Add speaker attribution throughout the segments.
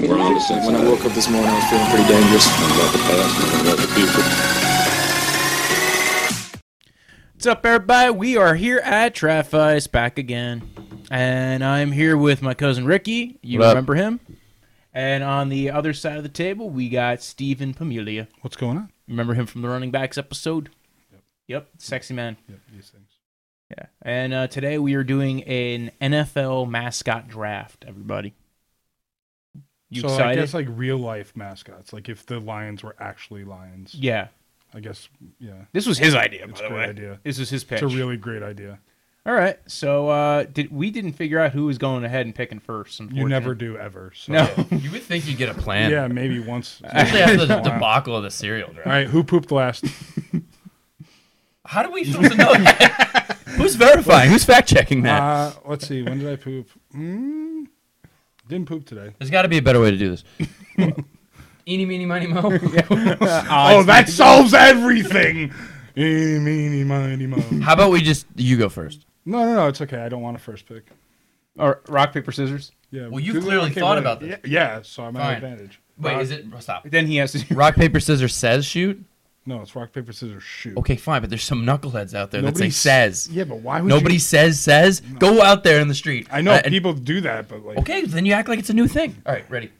Speaker 1: We're on to something.
Speaker 2: When I woke up this morning, I was feeling pretty dangerous.
Speaker 1: Nothing about the past, nothing about the future.
Speaker 3: What's up, everybody? We are here at Traffice back again, and I'm here with my cousin Ricky. You
Speaker 4: What up?
Speaker 3: remember him? And on the other side of the table, we got Stephen Pamelia.
Speaker 5: What's going on?
Speaker 3: Remember him from the Running Backs episode? Yep, sexy man.
Speaker 5: Yep, these things.
Speaker 3: Yeah. And uh, today we are doing an NFL mascot draft. Everybody, you
Speaker 5: so I
Speaker 3: excited?
Speaker 5: guess like real life mascots, like if the lions were actually lions.
Speaker 3: yeah.
Speaker 5: I guess yeah.
Speaker 3: This was his idea, by
Speaker 5: It's a
Speaker 3: the
Speaker 5: great
Speaker 3: way.
Speaker 5: idea.
Speaker 3: This was his pitch.
Speaker 5: It's a really great idea.
Speaker 3: All right. So uh, did we didn't figure out who was going ahead and picking first.
Speaker 5: You
Speaker 3: unfortunately.
Speaker 5: never do ever. So
Speaker 3: No.
Speaker 4: You would think you'd get a plan.
Speaker 5: yeah, maybe once.
Speaker 4: Especially after the
Speaker 5: Wow.
Speaker 4: debacle of the cereal
Speaker 5: All
Speaker 4: draft.
Speaker 5: right, who pooped last?
Speaker 4: How do we supposed to know that? Who's verifying? Who's fact checking that?
Speaker 5: Uh, let's see. When did I poop? Mm, didn't poop today.
Speaker 4: There's got to be a better way to do this. Eeny, meeny, miny, mo.
Speaker 5: oh, that solves everything. Eeny, meeny, miny, moe. No,
Speaker 4: How about we just you go first?
Speaker 5: no, no. It's okay. I don't want a first pick.
Speaker 3: Or rock paper scissors.
Speaker 5: Yeah.
Speaker 4: Well, you
Speaker 5: do the-
Speaker 4: clearly thought
Speaker 5: wait,
Speaker 4: about this.
Speaker 5: Yeah, yeah, so I'm at
Speaker 4: Fine.
Speaker 5: an advantage. Uh,
Speaker 4: Wait, is it stop?
Speaker 3: Then he has to.
Speaker 4: Rock paper scissors says shoot.
Speaker 5: No, it's rock paper scissors shoot.
Speaker 4: Okay, fine, but there's some knuckleheads out there that say
Speaker 5: Nobody s-
Speaker 4: says.
Speaker 5: Yeah, but why would
Speaker 4: Nobody
Speaker 5: you-
Speaker 4: says says. Go out there in the street.
Speaker 5: I know
Speaker 4: Uh, and-
Speaker 5: people do that, but like
Speaker 4: okay, then you act like it's a new thing. All right, ready.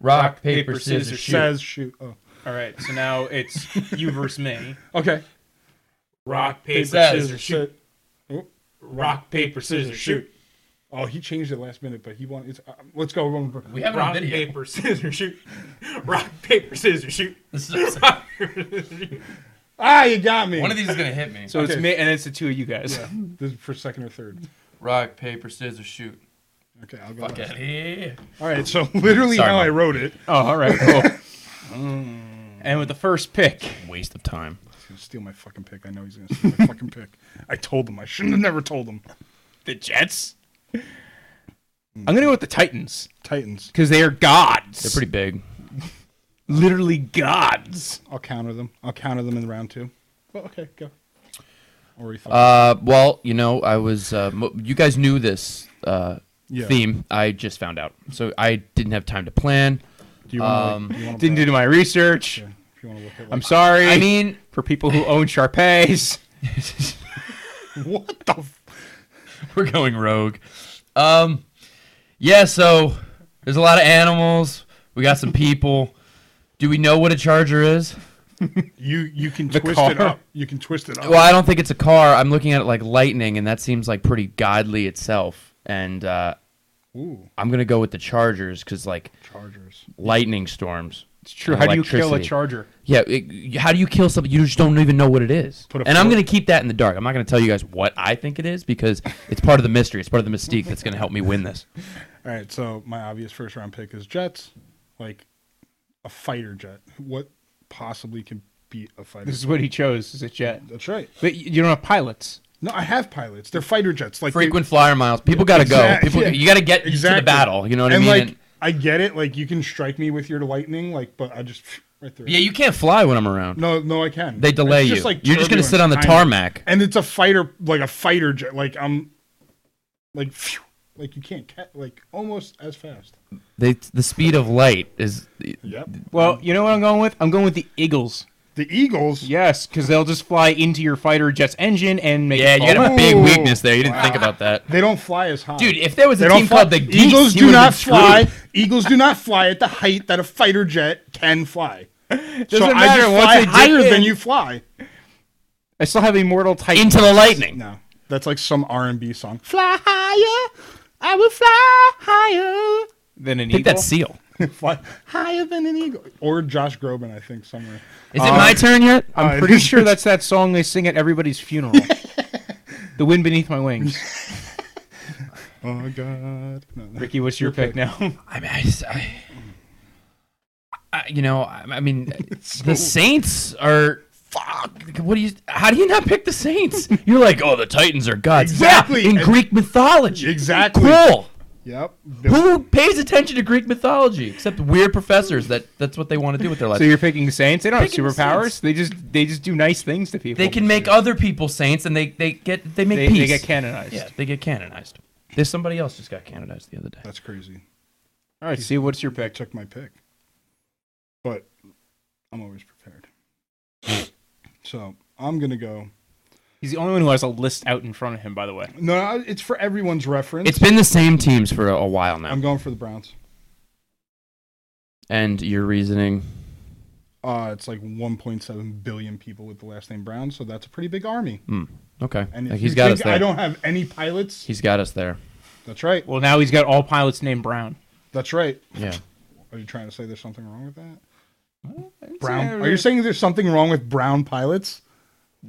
Speaker 4: Rock, paper,
Speaker 3: paper,
Speaker 4: scissors,
Speaker 3: scissors,
Speaker 4: shoot.
Speaker 5: says shoot. Oh.
Speaker 3: All right. So now it's you versus me.
Speaker 5: Okay.
Speaker 3: Rock paper
Speaker 4: scissors,
Speaker 3: scissors shoot. Rock paper scissors shoot.
Speaker 5: Oh, he changed it last minute, but he won. It's, uh, let's go. One, more.
Speaker 4: We have it on
Speaker 3: Rock
Speaker 4: video.
Speaker 3: paper scissors shoot. Rock paper scissors shoot.
Speaker 4: This is-
Speaker 5: ah, you got me.
Speaker 4: one of these is gonna hit me.
Speaker 3: So it's
Speaker 5: Okay.
Speaker 3: me and it's the two of you guys.
Speaker 5: Yeah, this is for second or third.
Speaker 4: Rock, paper, scissors, shoot.
Speaker 5: Okay, I'll go.
Speaker 4: Fuck
Speaker 5: last.
Speaker 4: out here.
Speaker 5: All right, so literally
Speaker 4: Sorry,
Speaker 5: how
Speaker 4: Mike.
Speaker 5: I wrote it.
Speaker 3: Oh, all right. Cool. Mm. and with the first pick,
Speaker 4: Waste of time.
Speaker 5: He's gonna steal my fucking pick. I know he's gonna steal my fucking pick. I told him. I shouldn't have never told him.
Speaker 3: the Jets. I'm gonna go with the Titans
Speaker 5: Titans.
Speaker 3: because they are gods.
Speaker 4: They're pretty big.
Speaker 3: literally gods.
Speaker 5: I'll counter them. I'll counter them in round two. Well, okay, go. Or thought.
Speaker 4: Uh, well, you know, I was. Uh, mo- you guys knew this uh,
Speaker 5: Yeah.
Speaker 4: theme. I just found out, so I didn't have time to plan.
Speaker 5: do you want
Speaker 4: um,
Speaker 5: to? Like,
Speaker 3: Didn't do my research.
Speaker 5: If you want to look at.
Speaker 3: I'm
Speaker 5: Like,
Speaker 3: sorry.
Speaker 4: I mean,
Speaker 3: for people who own Sharpays.
Speaker 5: what the? F-
Speaker 4: we're going rogue. Um, yeah. So there's a lot of animals. We got some people. Do we know what a charger is?
Speaker 5: you you can
Speaker 3: The
Speaker 5: twist it
Speaker 3: car.
Speaker 5: up. You can twist it up.
Speaker 4: Well, I don't think it's a car. I'm looking at it like lightning, and that seems like pretty godly itself. And uh,
Speaker 5: Ooh,
Speaker 4: I'm gonna go with the chargers because like
Speaker 5: Chargers.
Speaker 4: lightning storms.
Speaker 3: It's true. How do you kill a
Speaker 4: Electricity.
Speaker 3: charger?
Speaker 4: Yeah, it, how do you kill something? You just don't even know what it is.
Speaker 5: Put a
Speaker 4: And I'm
Speaker 5: fork-
Speaker 4: going to keep that in the dark. I'm not going to tell you guys what I think it is because it's part of the mystery. It's part of the mystique that's going to help me win this.
Speaker 5: All right, so my obvious first round pick is Jets, like a fighter jet. What possibly can beat a fighter?
Speaker 3: This is
Speaker 5: jet?
Speaker 3: what he chose. Is a jet.
Speaker 5: That's right.
Speaker 3: But y- you don't have pilots.
Speaker 5: No, I have pilots. They're fighter jets. Like they-
Speaker 4: Frequent flyer miles. People got to go.
Speaker 5: Exact-
Speaker 4: People,
Speaker 5: yeah.
Speaker 4: you got to get to the battle. You know what
Speaker 5: and
Speaker 4: I mean?
Speaker 5: Like,
Speaker 4: And-
Speaker 5: I get it. Like you can strike me with your lightning, like, but I just right through. it.
Speaker 4: yeah, you can't fly when I'm around.
Speaker 5: No, no, I can.
Speaker 4: They delay
Speaker 5: It's
Speaker 4: you. You're just gonna
Speaker 5: turbulence
Speaker 4: sit on the
Speaker 5: timing.
Speaker 4: tarmac.
Speaker 5: And it's a fighter, like a fighter jet. Like I'm, like, phew, like you can't catch, like almost as fast.
Speaker 4: They, the speed of light is.
Speaker 5: Yep.
Speaker 3: Well, you know what I'm going with? I'm going with the Eagles.
Speaker 5: The Eagles.
Speaker 3: Yes, because they'll just fly into your fighter jet's engine and make.
Speaker 4: Yeah,
Speaker 3: it
Speaker 4: you got a
Speaker 5: Ooh.
Speaker 4: big weakness there. You didn't think about that.
Speaker 5: They don't fly as high.
Speaker 4: Dude, if there was a
Speaker 5: they
Speaker 4: team
Speaker 5: fly.
Speaker 4: called the Geese,
Speaker 5: Eagles
Speaker 4: he
Speaker 5: do
Speaker 4: would've been
Speaker 5: not fly.
Speaker 4: screwed.
Speaker 5: Eagles do not fly at the height that a fighter jet can fly. Doesn't so I
Speaker 3: matter,
Speaker 5: just
Speaker 3: once
Speaker 5: fly
Speaker 3: they dig
Speaker 5: higher
Speaker 3: in-
Speaker 5: than you fly.
Speaker 3: I still have immortal Titan.
Speaker 4: Into the lightning.
Speaker 5: No, that's like some R and B song. Fly higher, I will fly higher,
Speaker 3: than an
Speaker 4: I think
Speaker 3: eagle.
Speaker 4: that's seal.
Speaker 5: fly higher than an eagle. Or Josh Groban, I think somewhere.
Speaker 4: Is it my turn yet?
Speaker 3: I'm
Speaker 5: Uh,
Speaker 3: pretty sure that's that song they sing at everybody's funeral. the wind beneath my wings.
Speaker 5: Oh God, no, no.
Speaker 3: Ricky, what's your pick now?
Speaker 4: I mean, I, just, I, I you know, I, I mean, the Saints are. Fuck! What do you? How do you not pick the Saints? You're like, oh, the Titans are gods.
Speaker 5: Exactly.
Speaker 4: Yeah, in
Speaker 5: And-
Speaker 4: Greek mythology.
Speaker 5: Exactly.
Speaker 4: Cool.
Speaker 5: Yep.
Speaker 4: Who pays attention to Greek mythology except weird professors? That that's what they want to do with their life.
Speaker 3: so you're picking Saints. They don't have
Speaker 4: Uh, Picking the
Speaker 3: superpowers.
Speaker 4: Saints.
Speaker 3: They just they just do nice things to people.
Speaker 4: they can make other people saints, and they they get they make
Speaker 3: They,
Speaker 4: peace.
Speaker 3: they get canonized.
Speaker 4: yeah, they get canonized. There's somebody else just got canonized the other day.
Speaker 5: That's crazy.
Speaker 3: All right, see what's your
Speaker 5: I
Speaker 3: pick.
Speaker 5: took my pick. But I'm always prepared. so I'm gonna go.
Speaker 3: He's the only one who has a list out in front of him, by the way.
Speaker 5: No, I- it's for everyone's reference.
Speaker 4: It's been the same teams for a, a while now,
Speaker 5: I'm going for the Browns.
Speaker 4: and your reasoning.
Speaker 5: Uh, it's like 1.7 billion people with the last name Brown, so that's a pretty big army.
Speaker 4: Hmm. Okay,
Speaker 5: And if
Speaker 4: Like,
Speaker 5: you
Speaker 4: he's got us
Speaker 5: think I
Speaker 4: there.
Speaker 5: don't have any pilots,
Speaker 4: He's got us there.
Speaker 5: that's right.
Speaker 3: Well, now he's got all pilots named Brown.
Speaker 5: That's right.
Speaker 4: Yeah.
Speaker 5: Are you trying to say there's something wrong with that? Brown. Are you saying there's something wrong with brown pilots?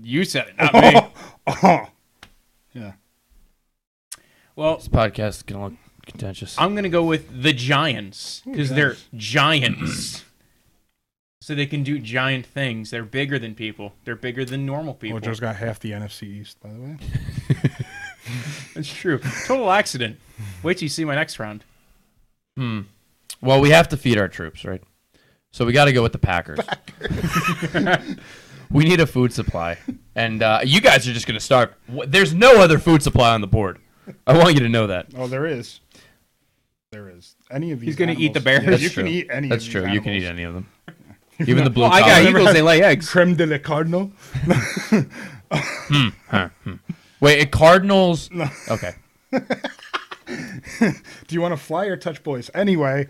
Speaker 3: You said it, not me.
Speaker 5: Oh. Yeah.
Speaker 3: well,
Speaker 4: This podcast is gonna look contentious.
Speaker 3: I'm gonna go with the Giants because they're giants. So they can do giant things. They're bigger than people. They're bigger than normal people.
Speaker 5: Well, just got half the NFC East, by the way.
Speaker 3: That's true. Total accident. Wait till you see my next round.
Speaker 4: Hmm. Well, we have to feed our troops, right? So we got to go with the Packers. we need a food supply, and uh, you guys are just gonna start. wh- There's no other food supply on the board. I want you to know that.
Speaker 5: Oh, there is. There is. Any of these.
Speaker 3: gonna eat the
Speaker 5: animals-
Speaker 3: bears.
Speaker 5: Yeah,
Speaker 3: That's
Speaker 5: you can eat any.
Speaker 4: That's
Speaker 5: of these
Speaker 4: true. You can eat
Speaker 5: animals. Oh,
Speaker 4: any of them, even the blue.
Speaker 3: Well, I got
Speaker 4: collar.
Speaker 3: eagles. They lay eggs.
Speaker 5: Creme de la cardinal.
Speaker 4: Huh, hmm. Wait, it Cardinals. Okay.
Speaker 5: Do you want to fly or touch boys? Anyway,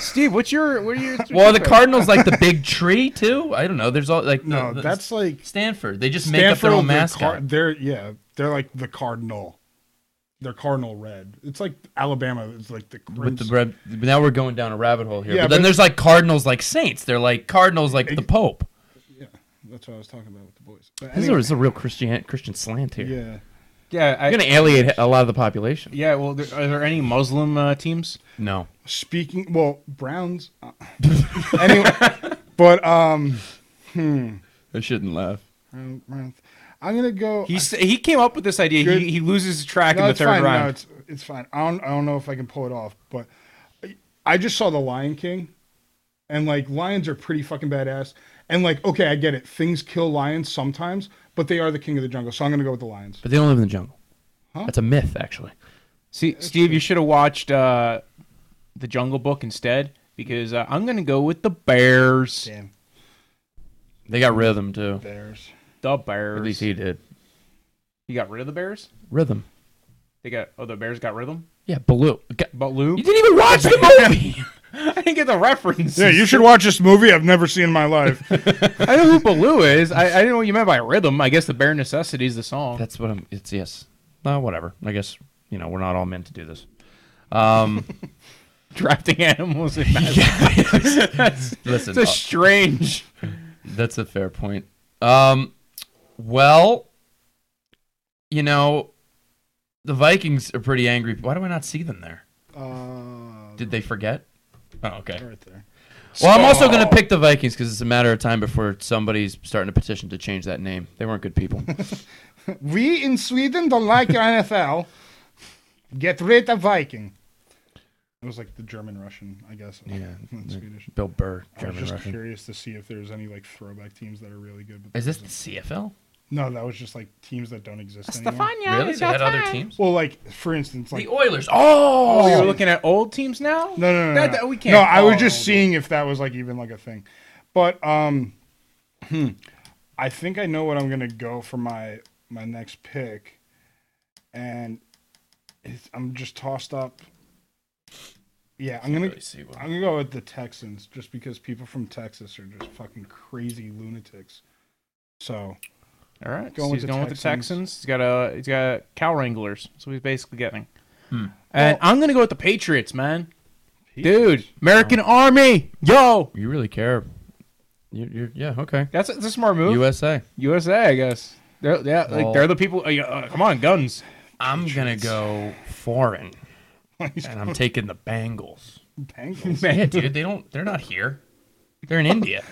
Speaker 3: Steve, what's your what are your?
Speaker 4: Well, are the Cardinals like the big tree too. I don't know. There's all like
Speaker 5: no,
Speaker 4: the- the-
Speaker 5: that's like
Speaker 4: Stanford. They just make up their own
Speaker 5: they're
Speaker 4: mascot.
Speaker 5: car- they're yeah, they're like the cardinal. They're cardinal red. It's like Alabama. It's like the
Speaker 4: with the
Speaker 5: crimson.
Speaker 4: bread. Now we're going down a rabbit hole here.
Speaker 5: Yeah,
Speaker 4: but, then
Speaker 5: but-
Speaker 4: there's like cardinals, like saints. They're like cardinals, like the pope.
Speaker 5: yeah, that's what I was talking about with the boys. But
Speaker 4: This
Speaker 5: anyway,
Speaker 4: is a real Christian Christian slant here.
Speaker 5: yeah,
Speaker 3: yeah, I,
Speaker 4: You're gonna alienate a lot of the population.
Speaker 3: yeah. Well, there, are there any Muslim uh, teams?
Speaker 4: No,
Speaker 5: speaking well, Browns. uh, anyway, but um,
Speaker 6: I shouldn't laugh.
Speaker 5: I'm gonna go.
Speaker 3: He's, he came up with this idea.
Speaker 5: Good.
Speaker 3: He, he loses his track
Speaker 5: No,
Speaker 3: in the
Speaker 5: it's
Speaker 3: third
Speaker 5: fine.
Speaker 3: round.
Speaker 5: No, it's it's fine. I don't I don't know if I can pull it off, but I- I just saw the Lion King, and like lions are pretty fucking badass. And like, okay, I get it. Things kill lions sometimes, but they are the king of the jungle. So I'm gonna go with the lions.
Speaker 4: but they don't live in the jungle. That's a myth, actually.
Speaker 3: See, Steve, you should have watched uh, the Jungle Book instead because uh, I'm gonna go with the Bears.
Speaker 5: Damn,
Speaker 4: They got rhythm too.
Speaker 5: bears.
Speaker 3: The
Speaker 4: At
Speaker 3: Bears.
Speaker 4: least he did
Speaker 3: You got rid of the Bears.
Speaker 4: rhythm.
Speaker 3: They got oh the Bears got rid of them.
Speaker 4: Yeah, Baloo. Ga-
Speaker 3: But Lou,
Speaker 4: You didn't even watch the movie.
Speaker 3: I didn't get the reference.
Speaker 5: Yeah, you should watch this movie I've never seen in my life.
Speaker 3: I know who Baloo is. I, I didn't know what you meant by rhythm. I guess the bare necessities the song.
Speaker 4: That's what I'm. It's yes. No, whatever. I guess you know we're not all meant to do this. Um,
Speaker 3: Drafting animals in mass. that's,
Speaker 4: listen,
Speaker 3: it's a
Speaker 4: uh,
Speaker 3: strange.
Speaker 4: That's a fair point. Um, well, you know, the Vikings are pretty angry. Why do I not see them there?
Speaker 5: Uh,
Speaker 4: Did they forget? Oh, okay.
Speaker 5: right there.
Speaker 4: Well, I'm also going to pick the Vikings because it's a matter of time before somebody's starting a petition to change that name. They weren't good people.
Speaker 5: We in Sweden don't like your NFL. Get rid of Viking. It was like the German Russian, I guess.
Speaker 4: Yeah,
Speaker 5: Not Swedish.
Speaker 4: Bill Burr,
Speaker 5: I was
Speaker 4: German
Speaker 5: just
Speaker 4: Russian.
Speaker 5: curious to see if there's any like throwback teams that are really good. But
Speaker 4: Is
Speaker 5: there
Speaker 4: this the
Speaker 5: isn't.
Speaker 4: CFL?
Speaker 5: no? That was just like teams that don't exist anymore.
Speaker 3: Stefania,
Speaker 4: really?
Speaker 3: it's
Speaker 4: They
Speaker 3: your
Speaker 4: had other
Speaker 3: time.
Speaker 4: teams.
Speaker 5: Well, like for instance, like
Speaker 4: The Oilers. Oh,
Speaker 3: Oh, you're looking at old teams now?
Speaker 5: no, no, no,
Speaker 3: That-
Speaker 5: no.
Speaker 3: that- we
Speaker 5: No,
Speaker 3: can't.
Speaker 5: I was
Speaker 3: call
Speaker 5: just
Speaker 3: old.
Speaker 5: seeing if that was like even like a thing. But um, hmm, I think I know what I'm gonna go for my my next pick, and it's, I'm just tossed up. Yeah, I'm gonna
Speaker 4: Really see what-
Speaker 5: I'm gonna go with the Texans just because people from Texas are just fucking crazy lunatics. So
Speaker 3: All right, so
Speaker 5: Going with
Speaker 3: he's
Speaker 5: the
Speaker 3: going with the
Speaker 5: Texans.
Speaker 3: Texans. He's got a he's got cow wranglers. So he's basically getting.
Speaker 4: Hmm.
Speaker 3: And
Speaker 5: Well-
Speaker 3: I'm gonna go with the Patriots, man. Dude, American Army, yo,
Speaker 4: You really care. You, you're, yeah. Okay.
Speaker 3: that's a, that's a smart move.
Speaker 4: USA.
Speaker 3: USA, I guess. They're, yeah,
Speaker 4: Well-
Speaker 3: like they're the people. Uh, yeah, uh, come on, guns.
Speaker 4: I'm gonna go foreign,
Speaker 5: He's
Speaker 4: and I'm taking the Bengals.
Speaker 5: Bengals.
Speaker 4: Yeah, dude, they don't. They're not here. They're in India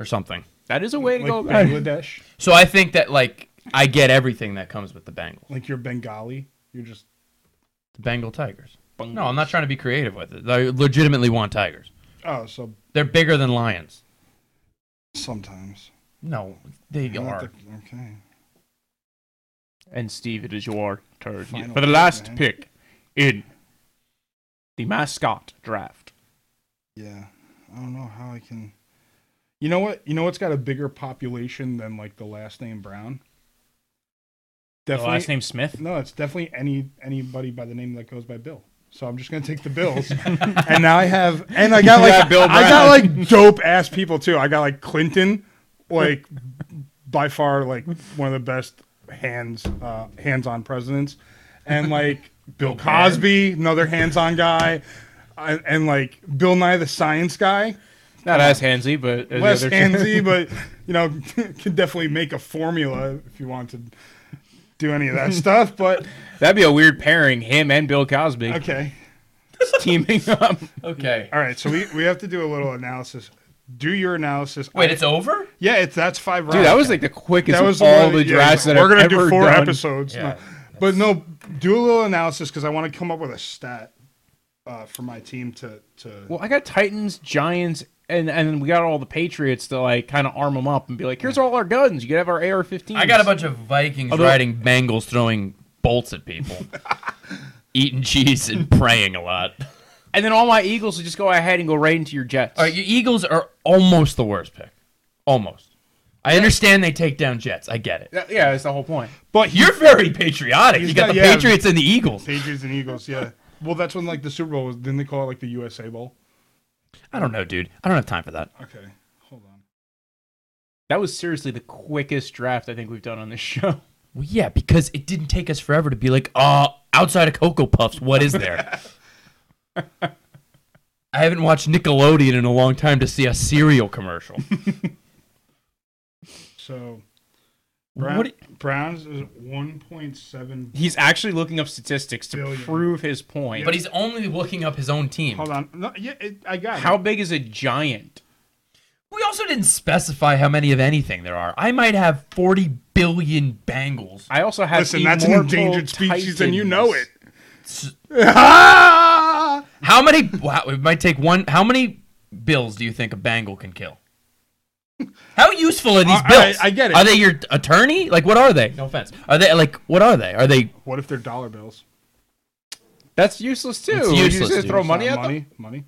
Speaker 4: or something.
Speaker 3: That is a way to
Speaker 5: like
Speaker 3: go. about it.
Speaker 5: Bangladesh,
Speaker 4: So I think that like I get everything that comes with the Bengal,
Speaker 5: like you're Bengali. You're just
Speaker 4: the Bengal tigers. No, I'm not trying to be creative with it. I legitimately want tigers.
Speaker 5: oh, so
Speaker 4: They're bigger than lions.
Speaker 5: sometimes.
Speaker 4: No, they
Speaker 5: Not
Speaker 4: are.
Speaker 5: the- okay.
Speaker 3: And Steve, it is your turn
Speaker 5: Final
Speaker 3: for the
Speaker 5: pick,
Speaker 3: last
Speaker 5: man.
Speaker 3: pick in the mascot draft.
Speaker 5: Yeah, I don't know how I can. You know what? You know what's got a bigger population than like the last name Brown.
Speaker 3: The last name Smith.
Speaker 5: No, it's definitely any anybody by the name that goes by Bill. So I'm just gonna take the Bills, and now I have, and I got like
Speaker 6: Bill
Speaker 5: I
Speaker 6: Brown.
Speaker 5: got like dope ass people too. I got like Clinton, like by far like one of the best hands uh, hands on presidents, and like Bill Cosby, another hands on guy, and, and like Bill Nye the Science Guy,
Speaker 3: Not as Hansy, but as
Speaker 5: less
Speaker 3: the other
Speaker 5: handsy, but you know can definitely make a formula if you want to do any of that stuff. But
Speaker 3: That'd be a weird pairing, him and Bill Cosby
Speaker 5: okay.
Speaker 3: teaming up.
Speaker 4: Okay.
Speaker 5: All right, so we, we have to do a little analysis. Do your analysis.
Speaker 4: Wait,
Speaker 5: I-
Speaker 4: it's over?
Speaker 5: yeah, it's that's five rounds.
Speaker 3: Dude, that was like the quickest
Speaker 5: that was
Speaker 3: of all
Speaker 5: one-
Speaker 3: the
Speaker 5: yeah,
Speaker 3: drafts that
Speaker 5: We're
Speaker 3: I've
Speaker 5: gonna
Speaker 3: ever
Speaker 5: do four
Speaker 3: done.
Speaker 5: episodes,
Speaker 4: Yeah,
Speaker 5: No, but no, do a little analysis because I want to come up with a stat uh, for my team to to.
Speaker 3: Well, I got Titans, Giants, and and we got all the Patriots to like kind of arm them up and be like, here's all our guns. You can have our AR-15.
Speaker 4: I got a bunch of Vikings
Speaker 3: Although-
Speaker 4: riding Bengals throwing bolts at people, eating cheese and praying a lot.
Speaker 3: and then all my Eagles will just go ahead and go right into your Jets.
Speaker 4: All right, your Eagles are almost the worst pick. Almost. I understand they take down Jets. I get it.
Speaker 3: Yeah, yeah, that's the whole point.
Speaker 5: but
Speaker 4: You're very patriotic. You got
Speaker 5: got-
Speaker 4: the
Speaker 5: yeah.
Speaker 4: Patriots and the Eagles.
Speaker 5: Patriots and Eagles, yeah. Well, that's when like the Super Bowl was. Didn't they call it like the USA Bowl?
Speaker 4: I don't know, dude. I don't have time for that.
Speaker 5: Okay, hold on.
Speaker 3: That was seriously the quickest draft I think we've done on this show.
Speaker 4: Well, yeah, because it didn't take us forever to be like, uh, outside of Cocoa Puffs, what is there? I haven't watched Nickelodeon in a long time to see a cereal commercial.
Speaker 5: So Brown,
Speaker 4: what?
Speaker 5: Browns is one point seven.
Speaker 3: He's actually looking up statistics to
Speaker 5: Billion.
Speaker 3: prove his point.
Speaker 4: But he's only looking up his own team.
Speaker 5: Hold on, no, yeah, it, I got it.
Speaker 3: How big is a giant?
Speaker 4: We also didn't specify how many of anything there are. I might have 40 billion Bengals.
Speaker 3: I also have
Speaker 5: Listen, that's an
Speaker 3: immortal
Speaker 5: endangered species, and you know
Speaker 3: titans.
Speaker 5: it.
Speaker 4: How many? Wow, it might take one. How many bills do you think a Bengal can kill? How useful are these
Speaker 5: All right,
Speaker 4: bills?
Speaker 5: I get it.
Speaker 4: Are they your attorney? Like, what are they? No offense. Are they like what are they? Are they?
Speaker 5: What if they're dollar bills?
Speaker 3: That's useless too.
Speaker 4: It's
Speaker 3: You
Speaker 4: useless,
Speaker 3: just
Speaker 4: dude.
Speaker 3: throw
Speaker 5: It's
Speaker 3: money
Speaker 5: not
Speaker 3: at them.
Speaker 5: money, money.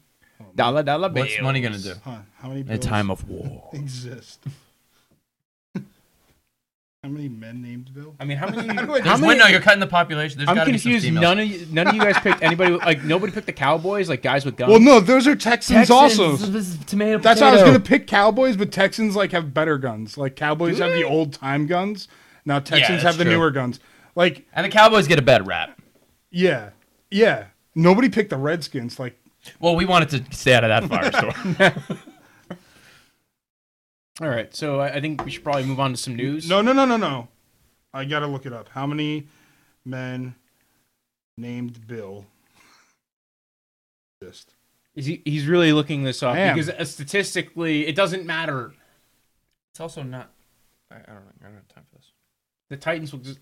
Speaker 3: Dollar, dollar
Speaker 4: What's
Speaker 3: bills.
Speaker 4: money gonna do?
Speaker 5: Huh? How many
Speaker 4: In a
Speaker 5: bills
Speaker 4: time of war.
Speaker 5: exist? How many men named Bill?
Speaker 3: I mean, how many?
Speaker 4: There's
Speaker 3: how
Speaker 4: one-
Speaker 3: many
Speaker 4: no, you're cutting the population. There's
Speaker 3: I'm
Speaker 4: gotta
Speaker 3: confused.
Speaker 4: Be some females.
Speaker 3: None of you, none of you guys picked anybody. with- Like nobody picked the Cowboys. Like guys with guns.
Speaker 5: Well, no, those are Texans,
Speaker 4: Texans,
Speaker 5: also.
Speaker 4: this is Tomato.
Speaker 5: That's how I was
Speaker 4: potato.
Speaker 5: gonna pick Cowboys, but Texans like have better guns. Like Cowboys have the old time guns. Now Texans
Speaker 4: that's
Speaker 5: have the
Speaker 4: true.
Speaker 5: newer guns. Like
Speaker 4: And the Cowboys get a bad rap.
Speaker 5: yeah, yeah. Nobody picked the Redskins. Like
Speaker 4: Well, we wanted to stay out of that firestorm.
Speaker 3: All right, so I I think we should probably move on to some news.
Speaker 5: no, no, no, no, no. I gotta look it up. How many men named Bill exist?
Speaker 3: Is he, he's really looking this up
Speaker 5: I am.
Speaker 3: because uh, statistically, it doesn't matter.
Speaker 4: it's also not. I, I don't know. I don't have time for this.
Speaker 3: The Titans will just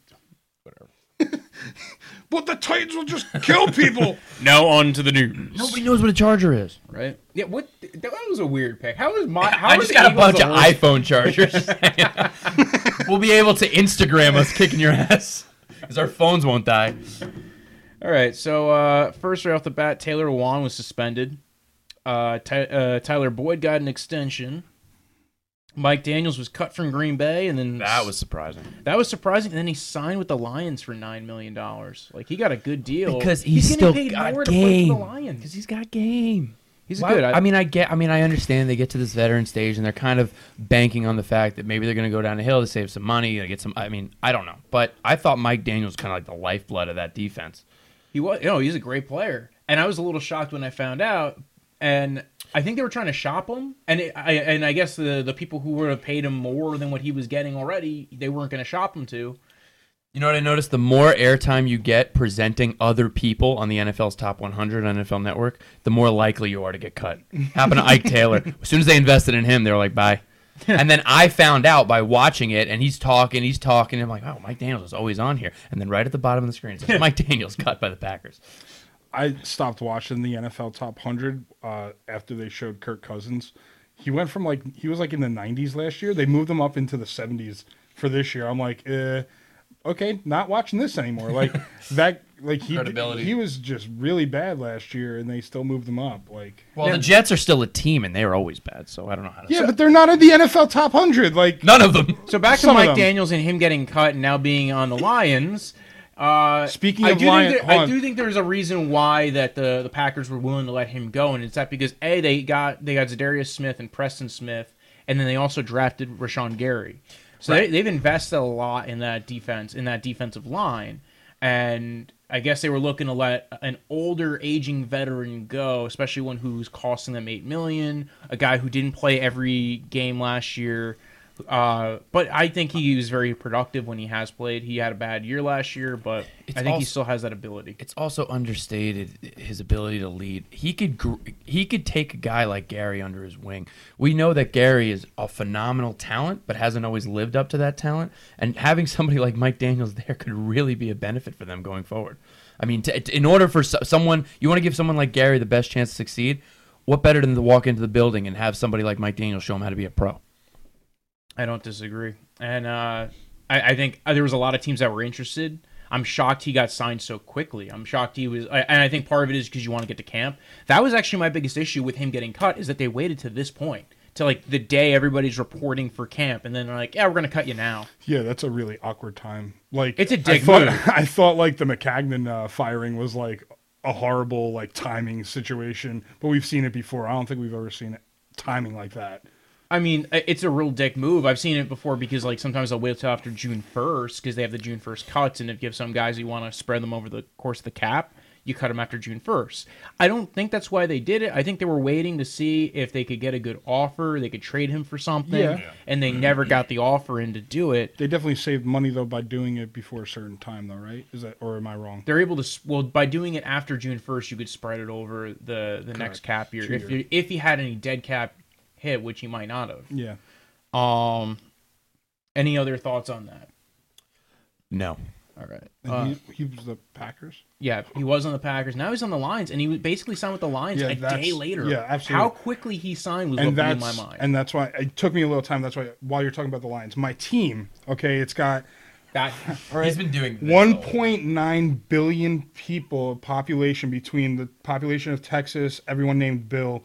Speaker 5: But the Titans will just kill people.
Speaker 3: now on to the news.
Speaker 4: Nobody knows what a charger is.
Speaker 3: right? Yeah, what? That was a weird pick. How is my? How
Speaker 4: I
Speaker 3: are
Speaker 4: just
Speaker 3: the
Speaker 4: got a
Speaker 3: Eagles
Speaker 4: bunch
Speaker 3: the
Speaker 4: of
Speaker 3: worst-
Speaker 4: iPhone chargers. we'll be able to Instagram us kicking your ass. Because our phones won't die.
Speaker 3: All right, so uh, first right off the bat, Taylor Wan was suspended. Uh, Ty- uh, Tyler Boyd got an extension. Mike Daniels was cut from Green Bay, and then
Speaker 4: surprising.
Speaker 3: That was surprising. And then he signed with the Lions for nine million dollars. Like he got a good deal
Speaker 4: Because he's still
Speaker 3: getting paid
Speaker 4: got
Speaker 3: more to play
Speaker 4: game.
Speaker 3: for the Lions.
Speaker 4: he's got game.
Speaker 3: He's
Speaker 4: Why-
Speaker 3: good. I,
Speaker 4: I
Speaker 3: mean,
Speaker 4: mean, I get. I mean, I understand they get to this veteran stage and they're kind of banking on the fact that maybe they're going to go down a hill to save some money to get some. I mean, I don't know, but I thought Mike Daniels kind of like the lifeblood of that defense.
Speaker 3: he was. You know, he's a great player. And I was a little shocked when I found out. And I think they were trying to shop him. And it, I and I guess the the people who would have paid him more than what he was getting already, they weren't going to shop him to.
Speaker 4: You know what I noticed? The more airtime you get presenting other people on the NFL's top 100 on NFL Network, the more likely you are to get cut. Happened to Ike Taylor. As soon as they invested in him, they were like, bye. And then I found out by watching it, and he's talking, he's talking. And I'm like, oh, Mike Daniels is always on here. And then right at the bottom of the screen, it says, Mike Daniels cut by the Packers.
Speaker 5: I stopped watching the NFL Top 100 uh, after they showed Kirk Cousins. He went from like he was like in the 90s last year. They moved him up into the 70s for this year. I'm like, eh. okay, not watching this anymore. Like that, like he
Speaker 4: Credibility.
Speaker 5: he was just really bad last year, and they still moved him up. Like
Speaker 4: Well, the Jets are still a team, and they are always bad. So I don't know how to.
Speaker 5: yeah, but they're not in the NFL top hundred. Like
Speaker 4: None of them.
Speaker 3: So back to
Speaker 5: Some of
Speaker 3: Mike
Speaker 5: them.
Speaker 3: Daniels and him getting cut and now being on the Lions. Uh,
Speaker 5: Speaking
Speaker 3: I
Speaker 5: of
Speaker 3: do
Speaker 5: Lion-
Speaker 3: think
Speaker 5: hold
Speaker 3: there, I
Speaker 5: on.
Speaker 3: do think there's a reason why that the, the Packers were willing to let him go, and it's that because a they got they got Zadarius Smith and Preston Smith, and then they also drafted Rashawn Gary. So they, they've invested a lot in that defense in that defensive line, and I guess they were looking to let an older, aging veteran go, especially one who's costing them eight million, a guy who didn't play every game last year. Uh, but I think he was very productive when he has played. He had a bad year last year, but
Speaker 4: It's
Speaker 3: I think he
Speaker 4: also-
Speaker 3: still has that ability.
Speaker 4: It's also understated his ability to lead. He could gr- he could take a guy like Gary under his wing. We know that Gary is a phenomenal talent, but hasn't always lived up to that talent. And having somebody like Mike Daniels there could really be a benefit for them going forward. I mean, to, in order for so- someone you want to give someone like Gary the best chance to succeed, what better than to walk into the building and have somebody like Mike Daniels show him how to be a pro?
Speaker 3: I don't disagree, and uh, I, I think uh, there was a lot of teams that were interested. I'm shocked he got signed so quickly. I'm shocked he was, I- and I think part of it is because you want to get to camp. That was actually my biggest issue with him getting cut is that they waited to this point, to like the day everybody's reporting for camp, and then they're like, "Yeah, we're gonna cut you now."
Speaker 5: yeah, that's a really awkward time. Like
Speaker 3: It's a
Speaker 5: I
Speaker 3: dick
Speaker 5: thought
Speaker 3: move.
Speaker 5: I thought like the McCagnon uh, firing was like a horrible like timing situation, but we've seen it before. I don't think we've ever seen it timing like that.
Speaker 3: I mean, i- it's a real dick move. I've seen it before because like sometimes they'll wait till after June first because they have the June first cuts, and if you have some guys you want to spread them over the course of the cap, you cut them after June first. I don't think that's why they did it. I think they were waiting to see if they could get a good offer, they could trade him for something,
Speaker 5: Yeah. Yeah.
Speaker 3: and they never got the offer in to do it.
Speaker 5: They definitely saved money though by doing it before a certain time though, right? Is that or am I wrong?
Speaker 3: They're able to s- well by doing it after June first, you could spread it over the the next cap year
Speaker 5: Two
Speaker 3: if
Speaker 5: year.
Speaker 3: you, if you had any dead cap hit, which you might not have.
Speaker 5: Yeah.
Speaker 3: Um, any other thoughts on that?
Speaker 4: No.
Speaker 3: All right.
Speaker 5: And
Speaker 3: Uh,
Speaker 5: he, he was the Packers.
Speaker 3: Yeah, he was on the Packers. Now he's on the Lions, and he was basically signed with the Lions
Speaker 5: Yeah,
Speaker 3: a
Speaker 5: that's-
Speaker 3: day later.
Speaker 5: yeah, absolutely.
Speaker 3: How quickly he signed was
Speaker 5: and
Speaker 3: what blew
Speaker 5: that's
Speaker 3: my mind.
Speaker 5: and that's why it took me a little time. That's why while you're talking about the Lions, my team, okay, it's got
Speaker 3: that,
Speaker 4: He's been doing this
Speaker 5: one
Speaker 4: all-
Speaker 5: point nine billion people population between the population of Texas, everyone named Bill,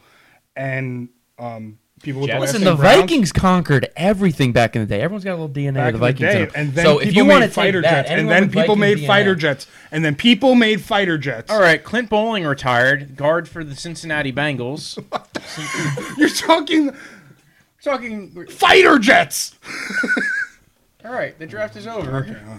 Speaker 5: and um, people with the
Speaker 3: Jets.
Speaker 5: last
Speaker 4: Listen,
Speaker 5: name
Speaker 4: the
Speaker 5: Browns.
Speaker 4: Vikings conquered everything back in the day. Everyone's got a little DNA
Speaker 5: Back
Speaker 4: of the
Speaker 5: in the
Speaker 4: Vikings. in
Speaker 5: day,
Speaker 4: them.
Speaker 5: and then
Speaker 4: so
Speaker 5: people
Speaker 4: if you want to
Speaker 5: made fighter
Speaker 4: that,
Speaker 5: jets, and
Speaker 4: anyone
Speaker 5: then
Speaker 4: with
Speaker 5: people
Speaker 4: Viking
Speaker 5: made
Speaker 4: DNA.
Speaker 5: fighter jets, and then people made fighter jets.
Speaker 3: all right, Clint Bowling retired, guard for the Cincinnati Bengals.
Speaker 5: You're talking
Speaker 3: Talking.
Speaker 5: fighter jets.
Speaker 3: All right, the draft is over.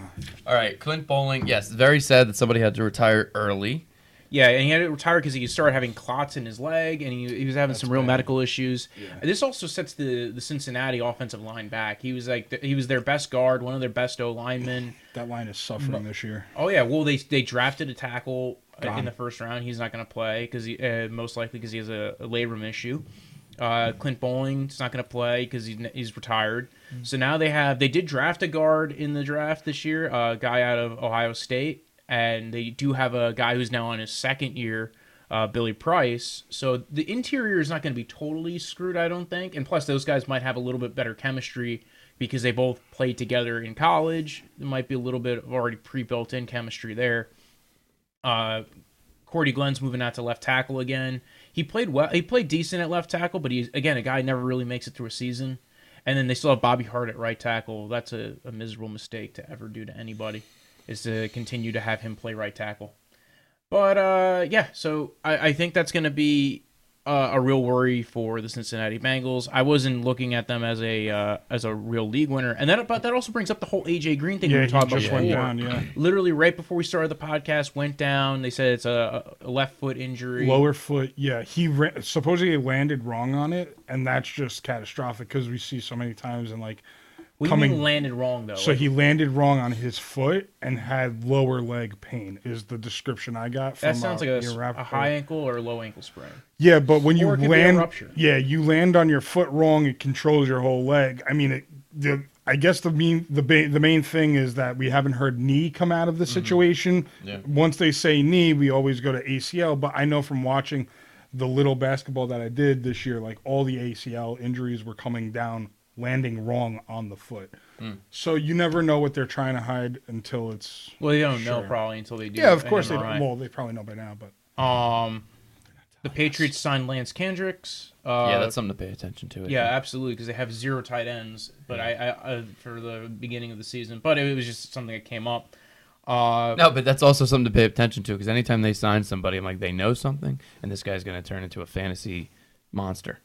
Speaker 4: All right, Clint Bowling. Yes, very sad that somebody had to retire early.
Speaker 3: Yeah, and he had to retire because he started having clots in his leg, and he, he was having some real medical issues. This also sets the the Cincinnati offensive line back. He was like th- he was their best guard, one of their best O linemen.
Speaker 5: That line is suffering this year.
Speaker 3: Oh yeah, well they they drafted a tackle uh, in the first round. He's not going to play because he uh, most likely because he has a, a labrum issue. Uh, Clint Bowling's not going to play because he's, n- he's retired. So now they have they did draft a guard in the draft this year, a guy out of Ohio State, and they do have a guy who's now on his second year, uh, Billy Price. So the interior is not going to be totally screwed, I don't think. And plus, those guys might have a little bit better chemistry because they both played together in college. There might be a little bit of already pre-built in chemistry there. Uh, Cordy Glenn's moving out to left tackle again. He played well. He played decent at left tackle, but he's again a guy who never really makes it through a season. And then they still have Bobby Hart at right tackle. That's a, a miserable mistake to ever do to anybody, is to continue to have him play right tackle. But uh, yeah, so I, I think that's going to be uh, a real worry for the Cincinnati Bengals. I wasn't looking at them as a uh, as a real league winner, and that but that also brings up the whole AJ Green thing
Speaker 5: Yeah,
Speaker 3: we
Speaker 5: he
Speaker 3: were talking about
Speaker 5: just went
Speaker 3: before.
Speaker 5: down, yeah.
Speaker 3: Literally right before we started the podcast, went down. They said it's a, a left foot injury.
Speaker 5: Lower foot, yeah. He ra- supposedly landed wrong on it, and that's just catastrophic because we see so many times and like
Speaker 3: What do you
Speaker 5: coming.
Speaker 3: mean landed wrong though?
Speaker 5: so
Speaker 3: Like,
Speaker 5: he landed wrong on his foot and had lower leg pain. Is the description I got from
Speaker 3: that sounds
Speaker 5: uh,
Speaker 3: like a,
Speaker 5: your
Speaker 3: a
Speaker 5: rapport.
Speaker 3: high ankle or a low ankle sprain.
Speaker 5: Yeah, but when you
Speaker 3: Or it could be a
Speaker 5: land,
Speaker 3: rupture.
Speaker 5: yeah, you land on your foot wrong, it controls your whole leg. I mean, it, the I guess the mean the ba- the main thing is that we haven't heard knee come out of
Speaker 3: Mm-hmm.
Speaker 5: the situation. Once they say knee, we always go to ACL. But I know from watching the little basketball that I did this year, like all the ACL injuries were coming down landing wrong on the foot.
Speaker 3: Hmm.
Speaker 5: So you never know what they're trying to hide until it's.
Speaker 3: Well, they don't know
Speaker 5: Sure.
Speaker 3: probably until they do.
Speaker 5: Yeah, of
Speaker 3: an
Speaker 5: course they.
Speaker 3: MRI.
Speaker 5: Well, they probably know by now, but
Speaker 3: Um, the Patriots signed Lance Kendricks. Uh,
Speaker 4: Oh, yeah, that's something to pay attention to. I
Speaker 3: yeah,
Speaker 4: think.
Speaker 3: absolutely, because they have zero tight ends. But I, I, I for the beginning of the season, but it was just something that came up. Uh,
Speaker 4: No, but that's also something to pay attention to because anytime they sign somebody, I'm like, they know something, and this guy's going to turn into a fantasy monster.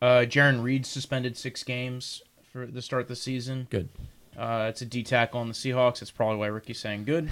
Speaker 3: uh, Jaron Reed suspended six games for the start of the season.
Speaker 4: Good.
Speaker 3: Uh, it's a D tackle on the Seahawks. That's probably why Ricky's saying good.